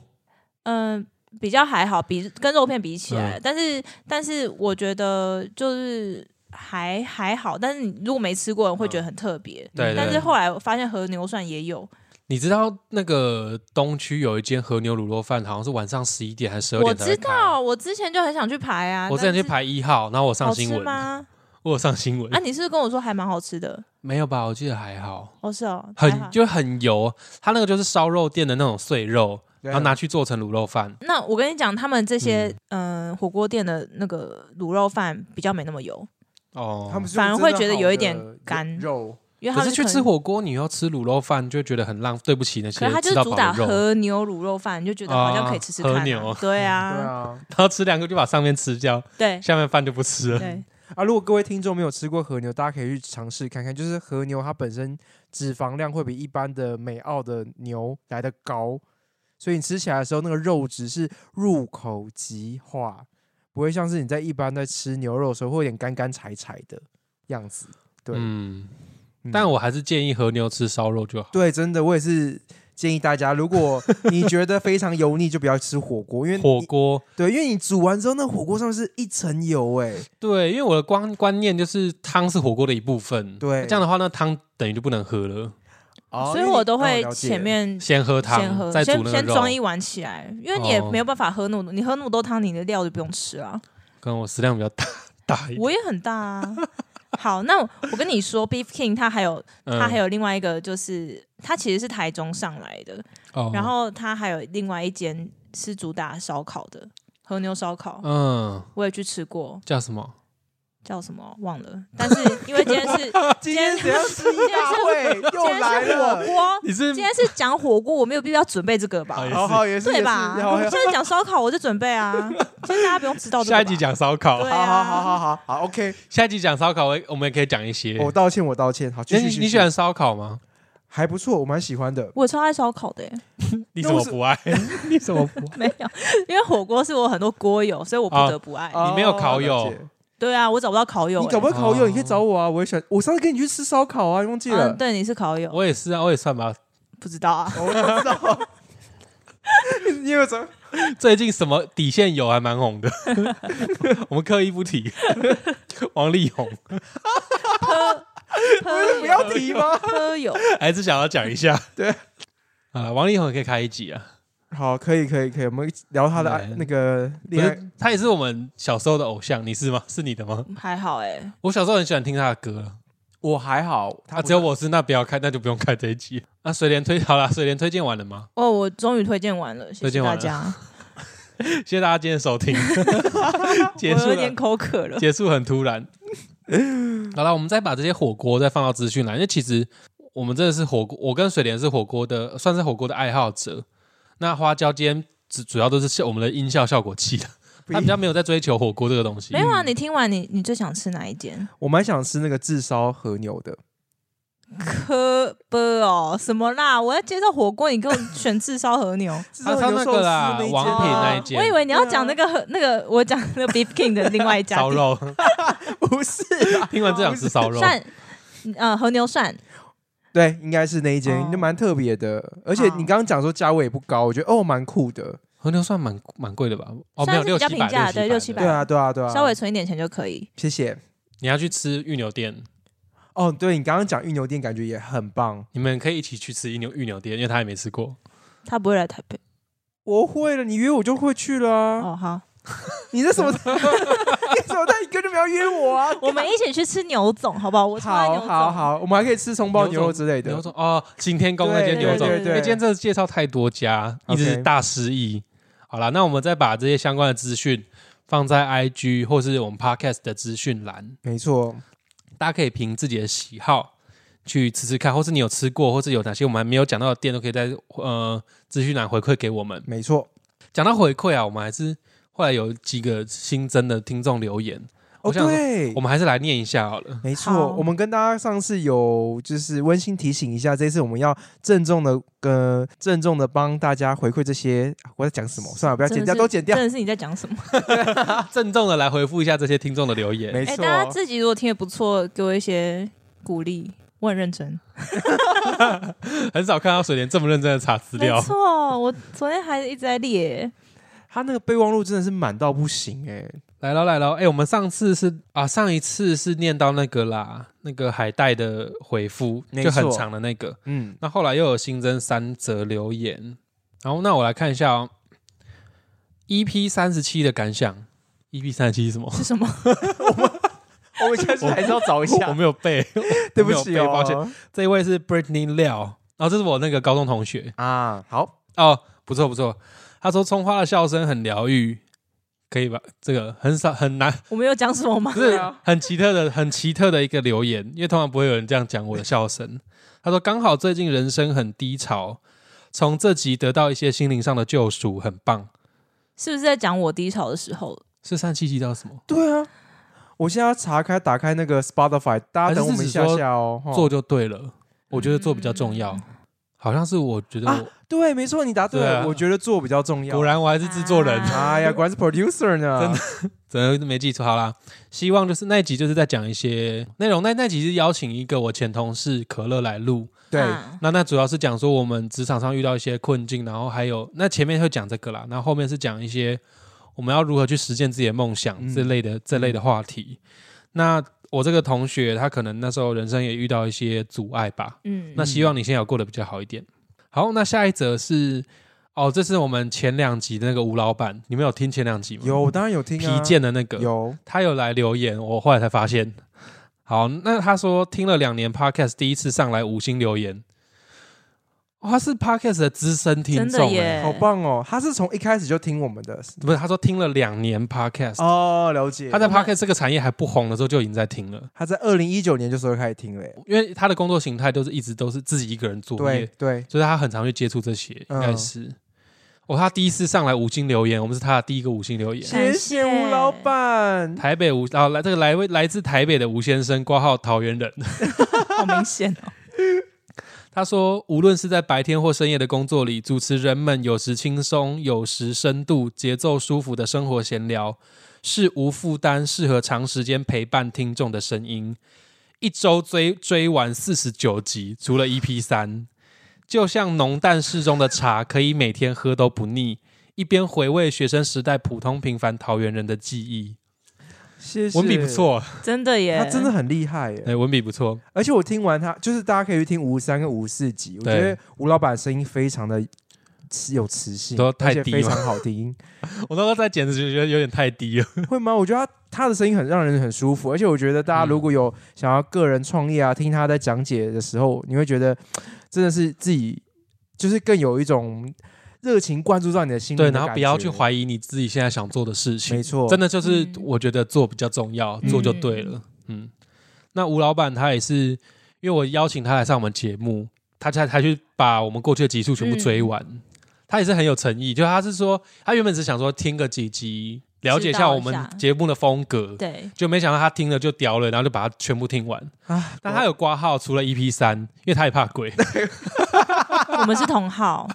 嗯、比较还好，比跟肉片比起来，嗯但是但是我觉得就是还还好，但是你如果没吃过，人会觉得很特别。嗯对对但是对后来我发现和牛涮也有，你知道那个东区有一间和牛卤肉饭，好像是晚上十一点还是十二我点才会知开。道，我之前就很想去排啊，我之前去排一号，然后我但是上好吃新闻，吗？我有上新闻、啊，你是不是跟我说还蛮好吃的？没有吧？我记得还好，哦，是哦，还好很就很油，它那个就是烧肉店的那种碎肉，啊然后拿去做成卤肉饭。那我跟你讲，他们这些嗯、呃火锅店的那个卤肉饭比较没那么油，哦，他们是反而会觉得真的好有一点的干肉，因为他可们是去可能吃，火锅，你要吃卤肉饭，就觉得很浪，对不起那些可是他就吃是到主饱打的肉，和牛卤肉饭，你就觉得好像可以吃吃看、啊和牛对对 啊，啊然后吃两个就把上面吃掉，对下面饭就不吃了。对，啊！如果各位听众没有吃过和牛，大家可以去尝试看看，就是和牛它本身脂肪量会比一般的美澳的牛来的高，所以你吃起来的时候，那个肉质是入口即化，不会像是你在一般在吃牛肉的时候会有点干干柴柴的样子。对，嗯，嗯但我还是建议和牛吃烧肉就好。对，真的，我也是建议大家，如果你觉得非常油腻，就不要吃火锅，因为你火锅，对，因为你煮完之后，那火锅上面是一层油、哎，对，因为我的观观念就是汤是火锅的一部分，对这样的话，那汤等于就不能喝了，所以我都会哦了解前面。先喝汤，先喝，再煮先那个先装一肉。碗起来，因为你也哦没有办法喝那么多，你喝那么多汤，你的料就不用吃了。可能我食量比较大大一点，我也很大啊。好，那我我跟你说，Beef King 它还有它嗯还有另外一个，就是它其实是台中上来的，哦然后它还有另外一间是主打烧烤的和牛烧烤，嗯，我也去吃过，叫什么？叫什么忘了。但是 因为今天是啊今天天怎怎样样吃一大会 今又来天是火了？锅，你是今天是讲火锅，我没有必要准备这个吧好？也是好好也是 对也是吧？好好现在讲烧烤，我就准备 啊。现在大家不用知道这个吧下一集，讲烧烤对，好啊好好好好好，OK，下一集讲烧烤，我我们也可以讲一些。我道歉我道歉，好，继那续哎你继续你喜欢烧烤吗？还不错，我蛮喜欢的。我超爱烧烤的耶， 你怎么不爱？ 你怎么不爱？没有，因为火锅是我很多锅友，所以我不得不爱。你没有烤友哦了解对啊，我找不到烤友耶，你找不到烤友，哦你可以找我啊，我也喜欢。我上次跟你去吃烧烤啊，你忘记了嗯，？对，你是烤友， 我也是啊，我也算吧。不知道啊。我不知道。 你有什么？最近什么底线有还蛮红 的，我们刻意不 提。王力宏不 要提吗？喝友，还是想要讲一下。对啊，王力宏也可以开一集啊，好，可以可以可以，我们聊他的爱对那个不恋爱。是他也是我们小时候的偶像，你是吗？ 是你的吗？还好哎，我小时候很喜欢听他的歌，我还好，啊，只有我是那不要开，那就不用开这一 集。啊，水莲推好 了，水莲推荐完了吗？哦，我终于推荐完了，谢推谢荐完了大家。谢谢大家今天的收 听， 结我束有了点。口渴了。结束很突然。好了，我们再把这些火锅再放到资讯栏，因为其实我们真的是火锅，我跟水莲是火锅的，算是火锅的爱好者。那花椒今天主主要都是效我们的音效效果器的，他比较没有在追求火锅这个东 西没。有啊，你听完你你最想吃哪一间？我蛮想吃那个炙烧和牛的，科波哦，什么啦？我要介绍火锅，你给我选炙烧 和牛。哦炙他烧他牛那寿司个啦那，一王品间啊那一间我以为你要讲那个和那个，我讲那个 Beef King 的另外一 家烧店 肉，不是啊， 听完这想吃烧肉。涮，呃，和牛涮。对，应该是那一间，哦就蛮特别的。而且你刚刚讲说价位也不高，我觉得哦蛮酷的。和牛算蛮蛮贵的吧？哦，没算有是六比较七百，平价对六600对啊，对啊，对啊。稍微存一点钱就可以。谢谢。你要去吃玉牛店，哦，对你刚刚讲玉牛店，感觉也很棒。你们可以一起去吃玉牛玉牛店，因为他也没吃过。他不会来台北我会了，你约我就会去了啊。哦，好，你这什么？你 什么态度？你根本就不要约 我啊！我们一起去吃牛总，好不好？我超爱牛好总，好好，我们还可以吃葱爆牛肉牛之类的牛。总哦，擎天宫那间对牛对总，对因为对，今天真的介绍太多家，一 OK 直大失忆。好啦，那我们再把这些相关的资讯放在 IG 或是我们 Podcast 的资讯栏，没错，大家可以凭自己的喜好去吃吃看，或是你有吃过，或是有哪些我们还没有讲到的店，都可以在呃资讯栏回馈给我们。没错。讲到回馈啊，我们还是后来有几个新增的听众留言我哦，想说对我，们还是来念一下好了。没好错，我们跟大家上次有就是温馨提醒一下，这次我们要郑重的呃郑重的帮大家回馈这些，我在讲什么？算了，不要剪真的掉，是都剪掉真。的是你在讲什么？啊郑重的来回复一下这些听众的留言。 没哎、错，大家自己如果听的不错，给我一些鼓励，我很认真。很少看到水莲这么认真的查资没料，错，我昨天还一直在 列，他那个备忘录真的是满到不行哎、来了来了，哎、我们上次是啊，上一次是念到那个啦，那个海带的回复没就错很长的那个，嗯，那后来又有新增三则留言，然后那我来看一下哦，EP 三十七的感想，EP 三十七是什么？是什么？我们下次还是要找一 下我，没有背，对不起我没有背哦，抱歉这一位是 Britney Liao，然后这哦是我那个高中同学啊。好，哦，不错不错，他说葱花的笑声很疗愈，可以吧？这个很少很 难，我们有讲什么吗不？是啊很奇特的很奇特的一个留言，因为通常不会有人这样讲我的笑声。他说刚好最近人生很低潮，从这集得到一些心灵上的救赎，很棒。是不是在讲我低潮的时候？是三七七到什么？对啊，我现在要查开打开那个 Spotify，大家等我们一下下哦。齁做就对了，我觉得做比较重要。好像是我觉得啊我，对，没错，你答对对啊了，我觉得做比较重要。果，然我还是制作人，啊哎呀，果然是 producer 呢，真真的没记错。好啦，希望就是那一集就是在讲一些内容。那那集是邀请一个我前同事可乐来录，对，啊那那主要是讲说我们职场上遇到一些困境，然后还有那前面会讲这个啦，然后后面是讲一些我们要如何去实现自己的梦想嗯这类的、这类的话题。那我这个同学他可能那时候人生也遇到一些阻碍吧，嗯，那希望你现在有过得比较好一点。好，那下一则是哦，这是我们前两集的那个吴老板，你们有听前两集吗？有，我当然有听啊皮健的那个，有，他有来留言，我后来才发现。好，那他说听了两年 podcast，第一次上来五星留言，哦、他是 podcast 的资深听真的众、欸，耶，好棒哦！他是从一开始就听我们的不是？他说听了两年 podcast，、哦，了解。他在我们 podcast 这个产业还不红的时候就已经在听了，他在二零一九年就时候开始听了耶，因为他的工作形态都是一直都是自己一个人作业对，对，所以他很常去接触这些，应嗯该是。哦，他第一次上来五星留言，我们是他的第一个五星留言。感谢谢谢吴老板，台北吴啊，来这个来位来自台北的吴先生，挂号桃园人。好明显哦。他说，无论是在白天或深夜的工作里，主持人们有时轻松，有时深度，节奏舒服的生活闲聊，是无负担、适合长时间陪伴听众的声音。一周追追完四十九集，除了 EP 三，就像浓淡适中的茶，可以每天喝都不腻。一边回味学生时代普通平凡桃园人的记忆，谢谢，文笔不，错，真的耶，他真的很厉害耶。哎，文笔不错，而且我听完他，就是大家可以去听五三跟五四集，我觉对得吴老板声音非常的有磁性，都太而且低非吗常好听，我那时候在剪的时候觉得有点太低了。会吗？我觉得他他的声音很让人很舒服，而且我觉得大家嗯如果有想要个人创业啊，听他在讲解的时候，你会觉得真的是自己就是更有一种热情灌注到你的心里，对，然后不要去怀，怀疑你自己现在想做的事情没，错，真的就是嗯我觉得做比较重要，嗯做就对了。嗯，那吴老板他也是，因为我邀请他来上我们节目，他才才去把我们过去的集数全部追完，嗯他也是很有诚意，就他是说他原本只想说听个几集，了解一知下道一我们下节目的风格。对，就没想到他听了就屌了，然后就把它全部听完。啊，但他有挂号，除了 EP 三，因为他也怕 鬼。我们是同 号，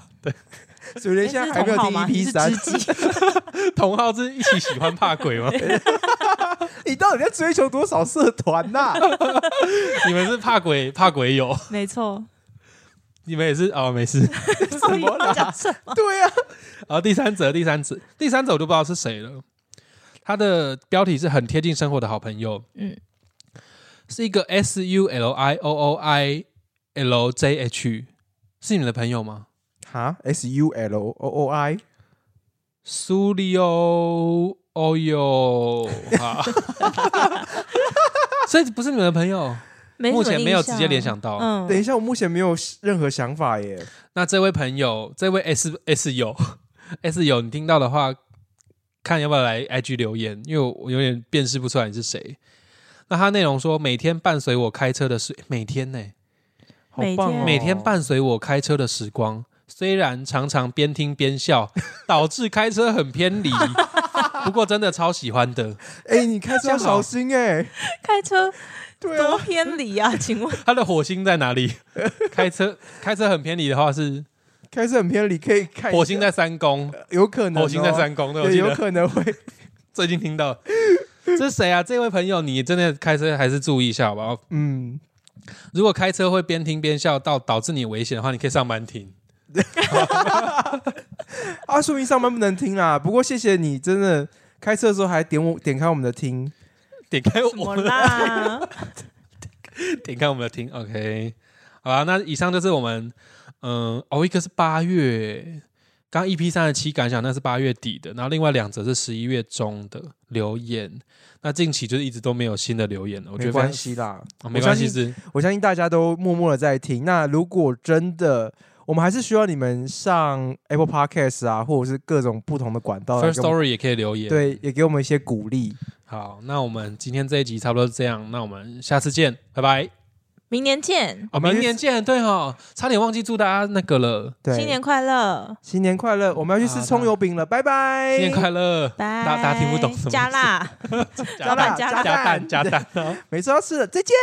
水莲诶现在是还同没有号听吗？你 EP 是三，知己，同号是一起喜欢怕鬼 吗？你到底在追求多少社团 呐、你们是怕鬼怕鬼友，没 错。你们也是哦，没事。什么啦讲什么？对啊，然后第三则，第三则，第三则我就不知道是谁了。他的标题是很贴近生活的好朋友，嗯，是一个 S U L I O O I L J H，是你们的朋友吗？哈，S U L O O I，嗯苏利欧哦哟，哈 所以不是你们的朋友，没什么目前没有印象直接联想到。嗯，等一下，我目前没有任何想法耶。那这位朋友，这位 S S 友 S 友，你听到的话，看要不要来 IG 留言，因为我我有点辨识不出来你是谁。那他内容说，每天伴随我开车的是每天呢、好棒哦、哦每天伴随我开车的时光，虽然常常边听边笑，导致开车很偏离，不过真的超喜欢 的，哎、你开车要小心哎、开车对多啊，偏离啊？请问它的火星在哪里？开车开车很偏离的话是开车很偏离，可以看一下火星在三宫，有可能、哦，火星在三宫，对，我对，记有得可能会。最近听到。这是谁啊？这位朋友，你真的开车还是注意一下好不好？嗯，如果开车会边听边笑到导致你危险的话，你可以上班 听。啊，说明上班不能听啦。不过谢谢你，真的开车的时候还点我点开我们的听。点开怎么我们的，啦？点开我们的听，OK。好啦，那以上就是我们，嗯、哦，一个是八月，刚 EP 三十七感想，那是八月底的，然后另外两则是十一月中的留言。那近期就是一直都没有新的留言了，我觉没得关、系啦，哦没关系我相信是我相信大家都默默的在听。那如果真的，我们还是需要你们上 Apple Podcast 啊，或者是各种不同的管道来 First 给我们 Story 也可以留言。，对，也给我们一些鼓励。好，那我们今天这一集差不多是这样，那我们下次见，拜拜。明年见，哦，明年见，对哦，差点忘记祝大家那个了，对，新年快乐，新年快乐！我们要去好吃的葱油饼了，拜拜！新年快乐。拜。大大家听不懂什么意思加辣，哎加老板蛋加加蛋加蛋。没错，要吃了，再见。